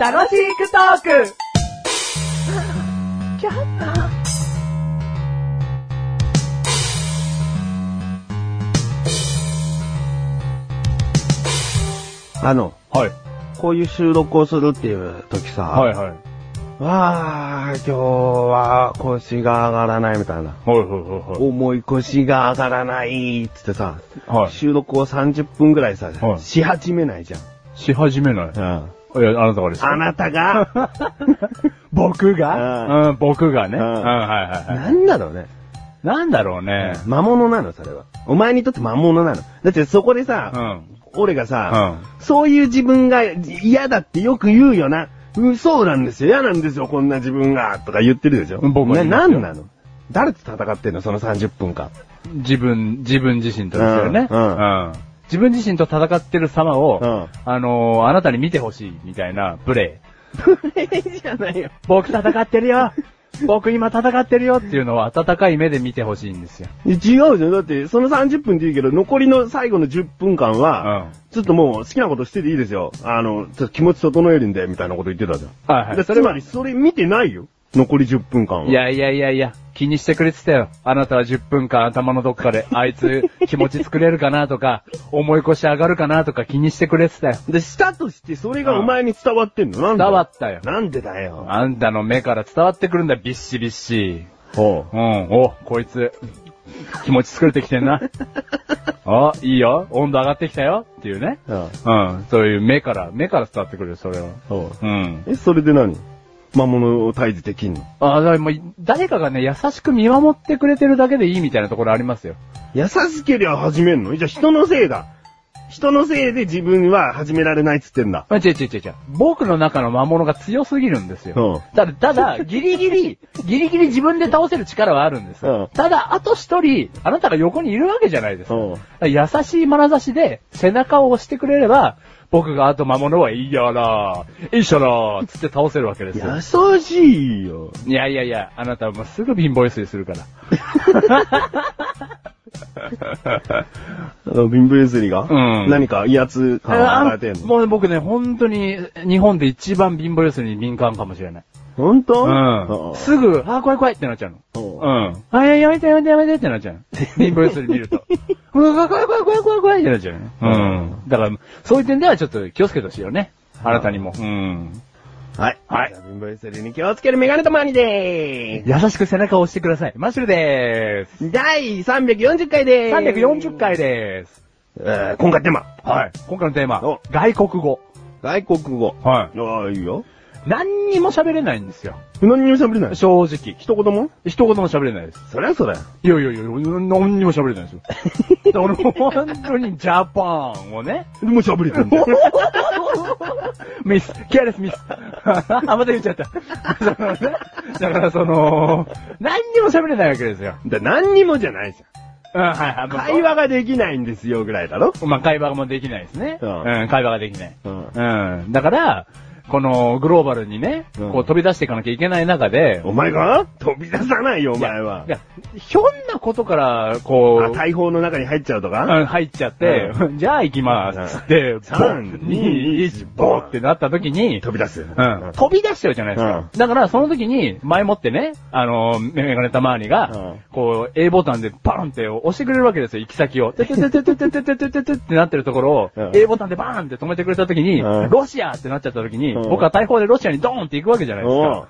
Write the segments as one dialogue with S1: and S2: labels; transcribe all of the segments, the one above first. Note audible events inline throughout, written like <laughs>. S1: 楽しくトーク
S2: あの、
S3: はい。
S2: こういう収録をするっていう時さ、
S3: はいはい。はい
S2: わあ、今日は腰が上がらないみたいな。
S3: はいは
S2: 重い腰が上がらないっつってさ、
S3: いはい。はい。
S2: 収録を30分ぐらいさ、
S3: はい
S2: し始めないじ
S3: し始めな
S2: ゃ
S3: い。
S2: ん。うん。
S3: いや、あなたがですか
S2: あなた
S3: <laughs>
S2: が、
S3: 僕
S2: が
S3: うん、僕がね。
S2: う
S3: うんん、はいはいはい。
S2: なんだろうね。
S3: なんだろうね。
S2: 魔物なの、それは。お前にとって魔物なの。だってそこでさ、
S3: うん。
S2: 俺が
S3: う
S2: さ、
S3: ん。
S2: そういう自分が嫌だってよく言うよな。うん、そうなんですよ。嫌なんですよ。こんな自分が。とか言ってるでしょ。
S3: うん僕は
S2: ね、
S3: 言います
S2: な
S3: よ
S2: んなの誰と戦ってんのその30分
S3: <laughs>
S2: 間。
S3: 自分、自分自身とですよね。
S2: うんう
S3: 自分自身と戦ってる様を、
S2: うん
S3: あのーあなたに見てほしい、みたいな、プレイ。
S2: じゃないよ。
S3: 僕戦ってる <laughs> よ僕今戦ってるよっていうのを温かい目で見てほしいんですよ。
S2: 違うじゃん。だって、その30分でいいけど、残りの最後の10分間は、
S3: うん
S2: ちょっともう好きなことしてていいですよ。あの、ちょっと気持ち整えるんで、みたいなこと言ってたじゃん。
S3: はいはい
S2: でつまり、それ見てないよ。残り10分間は。
S3: いやいやいやいや、気にしてくれてたよ。あなたは10分間頭のどっかで、あいつ気持ち作れるかなとか、思い越し上がるかなとか気にしてくれてたよ。
S2: で、したとして、それがお前に伝わってんのなんで
S3: 伝わったよ
S2: なんでだよ。
S3: あんたの目から伝わってくるんだよ、びっしびっし。
S2: ほ
S3: うん、お、こいつ、気持ち作れてきてんな。あ、いいよ、温度上がってきたよ、っていうね。
S2: う。うん。
S3: うん、そういう目から、目から伝わってくるよ、それは。
S2: ほう。
S3: うん。
S2: え、それで何魔物を退治できんの
S3: あ、だからもう、誰かがね、優しく見守ってくれてるだけでいいみたいなところありますよ。
S2: 優しけりゃ始めんのじゃあ人のせいだ。人のせいで自分は始められないっつってんだ。
S3: あ違う違う違う違う。僕の中の魔物が強すぎるんですよ。
S2: う
S3: ただ、た
S2: <laughs>
S3: だ、ギリギリ、ギリギリ自分で倒せる力はあるんです。
S2: うん
S3: ただ、あと一人、あなたが横にいるわけじゃないですか。
S2: うん
S3: 優しい眼差しで背中を押してくれれば、僕があと魔物はいいやら、いいしょら、つって倒せるわけですよ。
S2: 優しいよ。
S3: いやいやいや、あなたはもうすぐ貧乏ゆすりするから。
S2: あのビンブレスリーが、
S3: うん
S2: 何か威圧感を与えてんの
S3: もうね僕ね、本当に日本で一番貧乏ゆすりに敏感かもしれない。
S2: 本当
S3: うん。すぐ、あー、怖い怖いってなっちゃうの。
S2: うん
S3: うん。あ、いや、やめてやめてやめてってなっちゃう。インボイスで見ると。うわ、怖い怖い怖い怖い怖いってなっちゃうね。うん。だから、そういう点ではちょっと気をつけてほしいよね。あなたにも。うん。
S2: はい。
S3: はい
S2: じゃあビンブレスリーに気をつけるメガネとマニで
S3: 優しく背中を押してください。マッシュルでーす。
S2: ーす。第340回でーす。
S3: 340。回でーす。
S2: えー、今回テーマ。
S3: はい。今回のテーマ
S2: お、
S3: 外国語。
S2: 外国語。
S3: は
S2: ああ、いいよ。
S3: い。何にも喋れないんですよ。
S2: 何にも喋れない。
S3: 正直。
S2: 一言も
S3: 一言も喋れないです。
S2: そりゃそうだよ。
S3: いやいやいや、何にも喋れないですよ。だから俺も本当にジャパンをね、
S2: でも喋れてるん
S3: <laughs>
S2: だよ。
S3: ミス、ケアレスミス。あ、また言っちゃった。 <laughs> だからねだからその、何にも喋れないわけですよ。
S2: だ何にもじゃないじゃん。
S3: うん、はいはい。まあ
S2: 会話ができないんですよぐらいだろ
S3: まあ、会話もできないですね。
S2: う
S3: うんん、会話ができない。
S2: うん
S3: うん。だから、このグローバルにね、
S2: うん
S3: こう飛び出していかなきゃいけない中で、
S2: お前が飛び出さないよ、お
S3: お
S2: 前は。
S3: ひょんなことから、
S2: あ、
S3: こう、
S2: 大砲の中に入っちゃうとか
S3: うん入っちゃって、 <laughs> じゃあ行きます。つって、
S2: 三二一
S3: 1、ボーってなった時に、
S2: 飛び出す。う
S3: うん飛び出しちゃうじゃないですか。だから、その時に、前もってね、あの、メガネたまわり
S2: うん
S3: が、こう、A ボタンでバーンって押してくれるわけですよ、行き先を。てててててててててててってなってるところを
S2: うん、
S3: A ボタンでバーンって止めてくれた時に
S2: うん、
S3: ロシアってなっちゃった時に
S2: うん、
S3: 僕は大砲でロシアにドーンって行くわけじゃないです
S2: お
S3: か。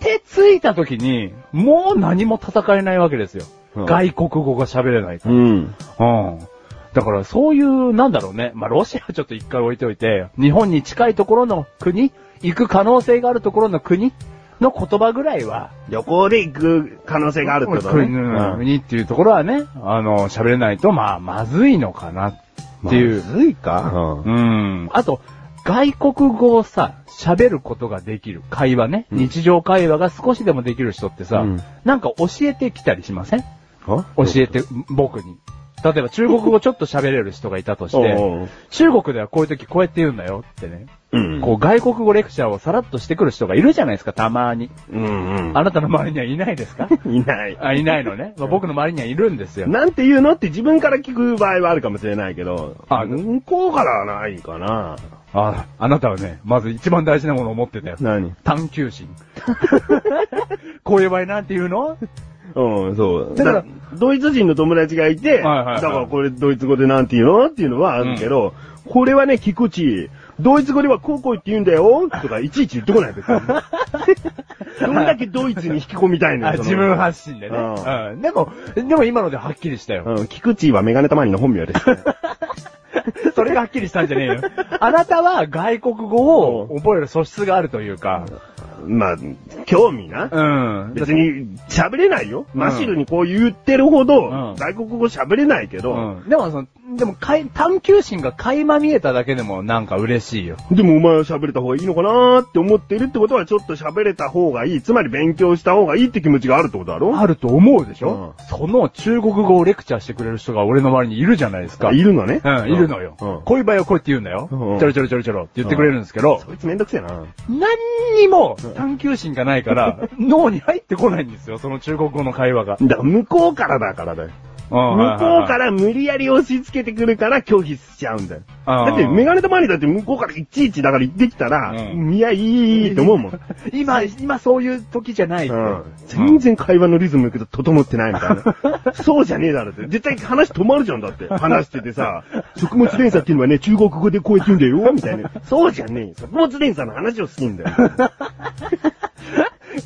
S3: 手ついた時に、もう何も戦えないわけですよ。
S2: うん
S3: 外国語が喋れないから
S2: う。うん。
S3: うん。だから、そういう、なんだろうね。まあ、ロシアはちょっと一回置いておいて、日本に近いところの国、行く可能性があるところの国の言葉ぐらいは、
S2: 旅行で行く可能性があるってことね。
S3: 国
S2: うん
S3: 国っていうところはね、あの、喋れないと、まあ、まずいのかなっていう。
S2: まずいか。
S3: うん。あと、外国語をさ、喋ることができる。会話ね。
S2: うん
S3: 日常会話が少しでもできる人ってさ、
S2: うん
S3: なんか教えてきたりしません
S2: 教
S3: 教えて、僕に。例えば中国語ちょっと喋れる人がいたとして
S2: おうおう、
S3: 中国ではこういう時こうやって言うんだよってね、
S2: うん
S3: こう外国語レクチャーをさらっとしてくる人がいるじゃないですか、たまに。
S2: うん
S3: あなたの周りにはいないで
S2: <laughs>
S3: すか
S2: うん。いない。
S3: あ、いないのね。まあ僕の周りにはいるんですよ。
S2: なんて言うのって自分から聞く場合はあるかもしれないけど、
S3: あ
S2: 向こうからはないかな。
S3: あ、あなたはね、まず一番大事なものを持ってたよ。
S2: 何
S3: 探求心。こういう場合なんて言うの
S2: うん、そう。
S3: だ
S2: だ
S3: か
S2: からら、ドイツ人の友達がいて、
S3: はいはいはい
S2: だからこれドイツ語でなんて言うのっていうのはあるけど、これはね、菊池、ドイツ語ではこうこう言って言うんだよとか、いちいち言ってこないです
S3: <laughs>
S2: よ。どんだけドイツに引き込みたいのよ
S3: あ
S2: その
S3: 自分発信でね、
S2: うん
S3: うん。でも、でも今のではっきりしたよ。
S2: うん、菊池はメガネたまりの本名です、 <laughs> ね。
S3: <laughs> それがはっきりしたんじゃね
S2: <laughs>
S3: えよ。あなたは外国語を覚える素質があるというか、
S2: まあ、興味な。
S3: うん。
S2: 別に喋れないよ。
S3: うん
S2: マシルにこう言ってるほど、
S3: うん
S2: 外国語喋れないけど、
S3: うんでもその、でもかい、探求心が垣間見えただけでもなんか嬉しいよ。
S2: でもお前は喋れた方がいいのかなーって思ってるってことはちょっと喋れた方がいい。つまり勉強した方がいいって気持ちがあるってことだろ
S3: あると思うでしょ、
S2: う
S3: その中国語をレクチャーしてくれる人が俺の周りにいるじゃないですか。
S2: いるのね。
S3: うん、いるのよ、
S2: うん
S3: こういう場合はこうやって言うんだよ。
S2: うん
S3: ちょろちょろちょろちょろって言ってくれるんですけど、
S2: そいつめんどくせえな。
S3: 何にも探求心がないから、脳に入ってこないんですよ、その中国語の会話が。、
S2: だから向こうからだからだよ。向こうからら無理やり押し付けてくるから拒否しちゃうんだよ。
S3: あー
S2: だってメガネとマリだって向こうからいちいちだから言ってきたら、
S3: うん
S2: いや、いいいいいいと思うもん。
S3: <laughs> 今、今そういう時じゃないって。
S2: うん全然会話のリズムが整ってないみたい
S3: <laughs>
S2: な。そうじゃねえだろって。絶対話止まるじゃんだって。話しててさ、食物連鎖っていうのはね、中国語でこう言ってんだよ、みたいな。そうじゃねえよ。食物連鎖の話をするんだ
S3: <laughs>
S2: よ。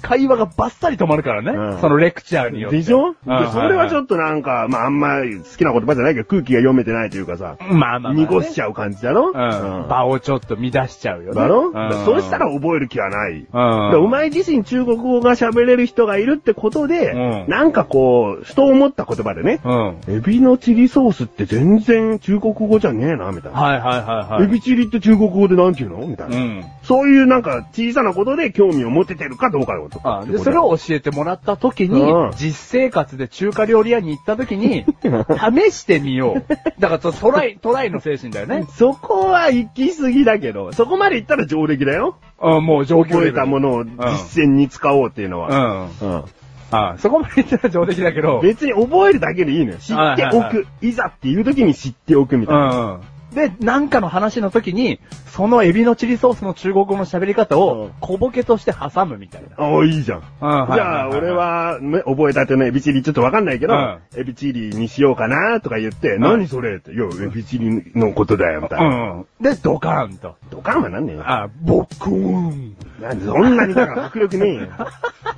S3: 会話がバッサリ止まるからね、
S2: うん
S3: そのレクチャーによって。
S2: でしょで
S3: うん
S2: それはちょっとなんか、まああんま好きな言葉じゃないけど空気が読めてないというかさ、
S3: まあまあまあね、
S2: 濁しちゃう感じだろ
S3: うん。
S2: だ
S3: 場をちょっと乱しちゃうよね。
S2: ろ
S3: ん
S2: そうしたら覚える気はない。だから
S3: う
S2: お
S3: ん。
S2: 前自身中国語が喋れる人がいるってこと
S3: う
S2: で
S3: ん、
S2: なんかこう、人を思った言葉でね、
S3: うん。
S2: エビのチリソースって全然中国語じゃねえな、みたいな。
S3: はいはいはいはい。
S2: エビチリって中国語でなんて言うのみたいな、
S3: うん。
S2: そういうなんか小さなことで興味を持ててるかどうかのこと。
S3: あで、それを教えてもらった時に、
S2: うん
S3: 実生活で中華料理屋に行った
S2: <laughs>
S3: 時に、試してみよう。だからそのトライ、トライの精神だよね。
S2: そこは行き過ぎだけど、そこまで行ったら上出来だよ。
S3: あもう上級
S2: 覚えたものを実践に使おうっていうの
S3: う
S2: は。
S3: ん。
S2: うん
S3: あそこまで行ったら上出来だけど、
S2: 別に覚えるだけでいいのよ。知って
S3: はい
S2: お
S3: はいは
S2: く。いざっていう時に知っておくみたいな。
S3: うん。で、なんかの話の時に、そのエビのチリソースの中国語の喋り方
S2: う
S3: を
S2: ん
S3: 小ボケとして挟むみたいな。
S2: ああ、いいじゃん。
S3: うん
S2: じゃあ、俺、は、ね覚えたてのエビチリちょっとわかんないけど、
S3: うん
S2: エビチリにしようかなとか言って、何それって、いや、エビチリのことだよ、みたいうな。
S3: ん。で、ドカーンと。
S2: ドカンはなんねえよ。
S3: あ、ボクーン。
S2: なんでそんなにだから迫力ねえよ。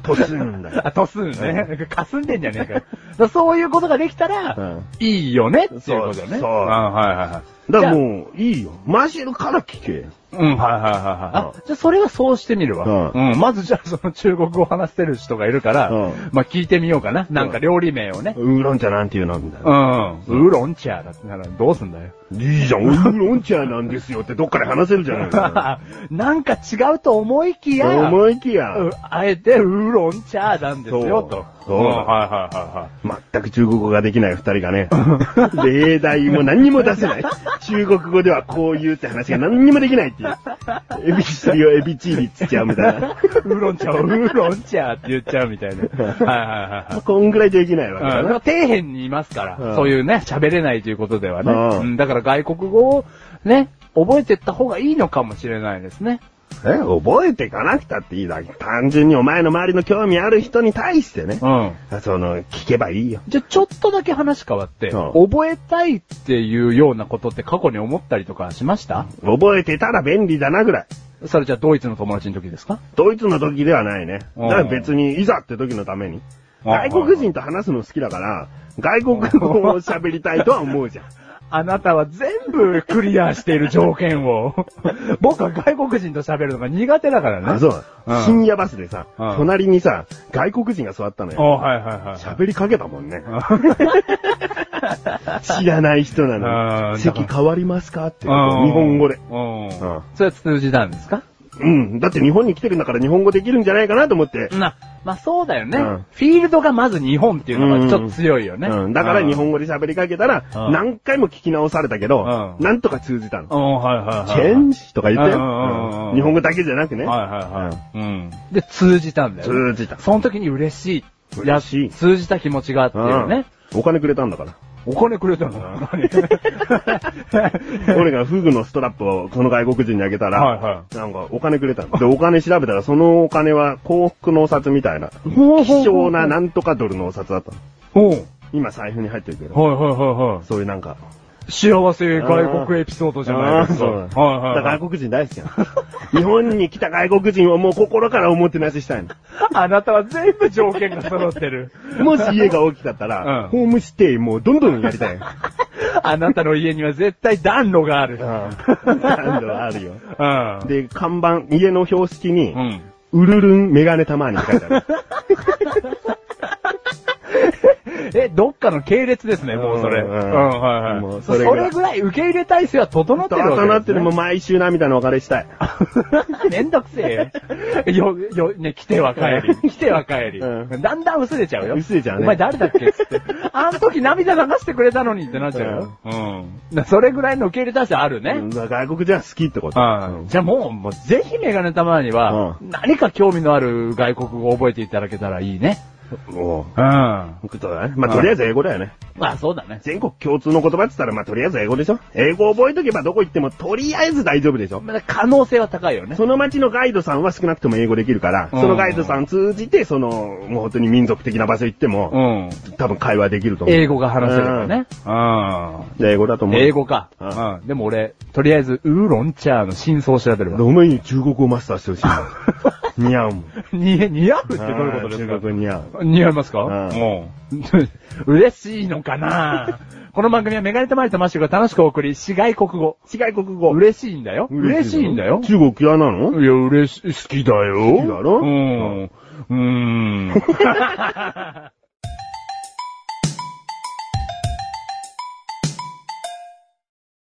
S2: とすんだよ。
S3: あ、とすんね。かすんでんじゃねえかよ。だからそういうことができたら、
S2: うん
S3: いいよねっていうことだよね。
S2: そうそう
S3: あはいはいはい。
S2: だからもう、いいよ。マシルから聞け。
S3: うん、はいはいはいはい。あ、じゃあそれはそうしてみるわ。
S2: う
S3: うん。まずじゃあその中国語を話してる人がいるから、
S2: うん
S3: まあ聞いてみようかな。なんか料理名をね。
S2: ウーロン茶なんていうのみたいうな。
S3: ん。ウーロンチャーだってならどうすんだよ。
S2: いいじゃん、ウーロン茶なんですよってどっかで話せるじゃないか。
S3: なんか違うと思いきや、
S2: 思いきや、
S3: うんあえてウーロンチャーなんですよ、と。
S2: そう
S3: うん
S2: そう
S3: はいはいはいはい。
S2: 全く中国語ができない二人がね、 <laughs> 例題も何にも出せない。中国語ではこう言うって話が何にもできないっていう。エビチリをエビチリっつっちゃうみたい
S3: <laughs>
S2: な。
S3: ウーロン茶をウーロン茶って言っちゃうみたいな。はいはいはいはい。
S2: こんぐらいじゃできないわけ
S3: う
S2: だ
S3: ん、
S2: な。
S3: 底辺にいますから、
S2: うん
S3: そういうね、喋れないということではね、
S2: うん
S3: うんだから外国語をね、覚えてった方がいいのかもしれないですね。
S2: え覚えていかなくたっていいだけ。単純にお前の周りの興味ある人に対してね、
S3: うん。
S2: その、聞けばいいよ。
S3: じゃあ、ちょっとだけ話変わって、
S2: うん
S3: 覚えたいっていうようなことって過去に思ったりとかしました
S2: 覚えてたら便利だなぐらい。
S3: それじゃあ、ドイツの友達の時ですか
S2: ドイツの時ではないね。だから別に、いざって時のために。
S3: うん
S2: 外国人と話すの好きだから、外国語を喋りたいとは思うじゃん。
S3: あなたは全部クリアしている条件を。 <laughs> 僕は外国人と喋るのが苦手だからね。
S2: あ、そう。
S3: うん
S2: 深夜バスでさ、
S3: うん
S2: 隣にさ、外国人が座ったの
S3: あ
S2: よ。
S3: はいはいはい。
S2: 喋りかけたもんね。 <laughs> 知らない人なの
S3: うん
S2: に。席変わりますかって、日本語で。
S3: うん。
S2: ん
S3: それは通じたんですか
S2: うん。だって日本に来てるんだから日本語できるんじゃないかなと思って、
S3: な、まあそうだよね、
S2: うん
S3: フィールドがまず日本っていうのがちょっと強いよね。
S2: うん。だから日本語で喋りかけたら、
S3: うん
S2: 何回も聞き直されたけど、
S3: うん
S2: なんとか通じたの。
S3: うん、はいはいはい。
S2: チェンジとか言って、
S3: うんうんうんうん
S2: うん日本語だけじゃなくね、
S3: はいはいはい。うん。で、通じたんだよね。
S2: 通じた。
S3: その時に嬉しい。
S2: 嬉しい
S3: 通じた気持ちがあって
S2: うん
S3: ね。
S2: お金くれたんだ
S3: <laughs>
S2: から。
S3: お金くれたの <laughs>
S2: 俺がフグのストラップをこの外国人にあげたら、
S3: はいは
S2: なんかお金くれたの。で、お金調べたら、そのお金は幸福のお札みたいな、
S3: ほうほうほ
S2: 希
S3: う
S2: 少ななんとかドルのお札だったの。
S3: おう
S2: 今財布に入ってるけど、
S3: はいはいはいはい。
S2: そういうなんか、
S3: 幸せ外国エピソードじゃないですか。
S2: あー
S3: はい
S2: そう
S3: は
S2: だ
S3: い
S2: から
S3: はい。
S2: 外国人大好きなの。日 <laughs> 本に来た外国人をもう心からおもてなし
S3: <laughs>
S2: したいの。
S3: あなたは全部条件が揃ってる。
S2: もし家が大きかったら、
S3: うん
S2: ホームステイもうどんどんやりたいの。
S3: あなたの家には絶対暖炉がある。 <laughs>
S2: なんだろうあるよ。
S3: うん。
S2: で、看板、家の標識に
S3: う、ん。
S2: うるるんメガネたまにって書いて
S3: <laughs>
S2: ある。
S3: え、どっかの系列ですね、もうそれ。
S2: う
S3: うんん、
S2: うん
S3: はい
S2: も
S3: は
S2: う
S3: い。
S2: そ
S3: そ
S2: れぐら
S3: れ
S2: い
S3: ぐらい受け入れ体制は整ってるわけです、ね。
S2: 整ってるもう毎週涙のお別れしたい。
S3: <laughs> めんどくせえ。よ、よ、ね、来ては帰り。 <laughs> 来ては帰り。
S2: う
S3: だんだん薄れちゃうよ。
S2: 薄れちゃうね
S3: お前誰だっけっつって。 <laughs> あの時涙流してくれたのにってなっちゃうよ。うん。それぐらいの受け入れたしあるね。
S2: うん外国人は好きってこと。うん
S3: じゃあもう、もうぜひメガネたまには、
S2: う
S3: 何か興味のある外国語を覚えていただけたらいいね。
S2: もう
S3: うん。ま
S2: 本当だね。まあ、とりあえず英語だよね。
S3: あそうだね。
S2: 全国共通の言葉って言ったら、まあ、とりあえず英語でしょ英語覚えとけばどこ行っても、とりあえず大丈夫でしょ
S3: まだ可能性は高いよね。
S2: その町のガイドさんは少なくとも英語できるから、
S3: うん
S2: そのガイドさん通じて、その、もう本当に民族的な場所行っても、
S3: ん。
S2: 多分会話できると思う。
S3: 英語が話せるからね。
S2: じゃあ英語だと
S3: うん
S2: 思う。
S3: 英。語か。
S2: うん
S3: うん。でも俺、とりあえず、ウーロンチャーの真相を調べるわ。
S2: お前に中国語マスターしてほしいな。似合うもん。
S3: <laughs> に、似合うってどういうことです
S2: 中
S3: か
S2: 国語似合う。
S3: 似合いますか
S2: うん
S3: もう。 <laughs> 嬉しいのかなこの番組はメガネたまりとマッシュが楽しくお送り、市外国語。
S2: 違い国語。
S3: 嬉しいんだよ。嬉しいんだよ。
S2: 中国嫌いなの
S3: いや、嬉し、好きだよ。
S2: 好きだろ
S3: うん。うーん。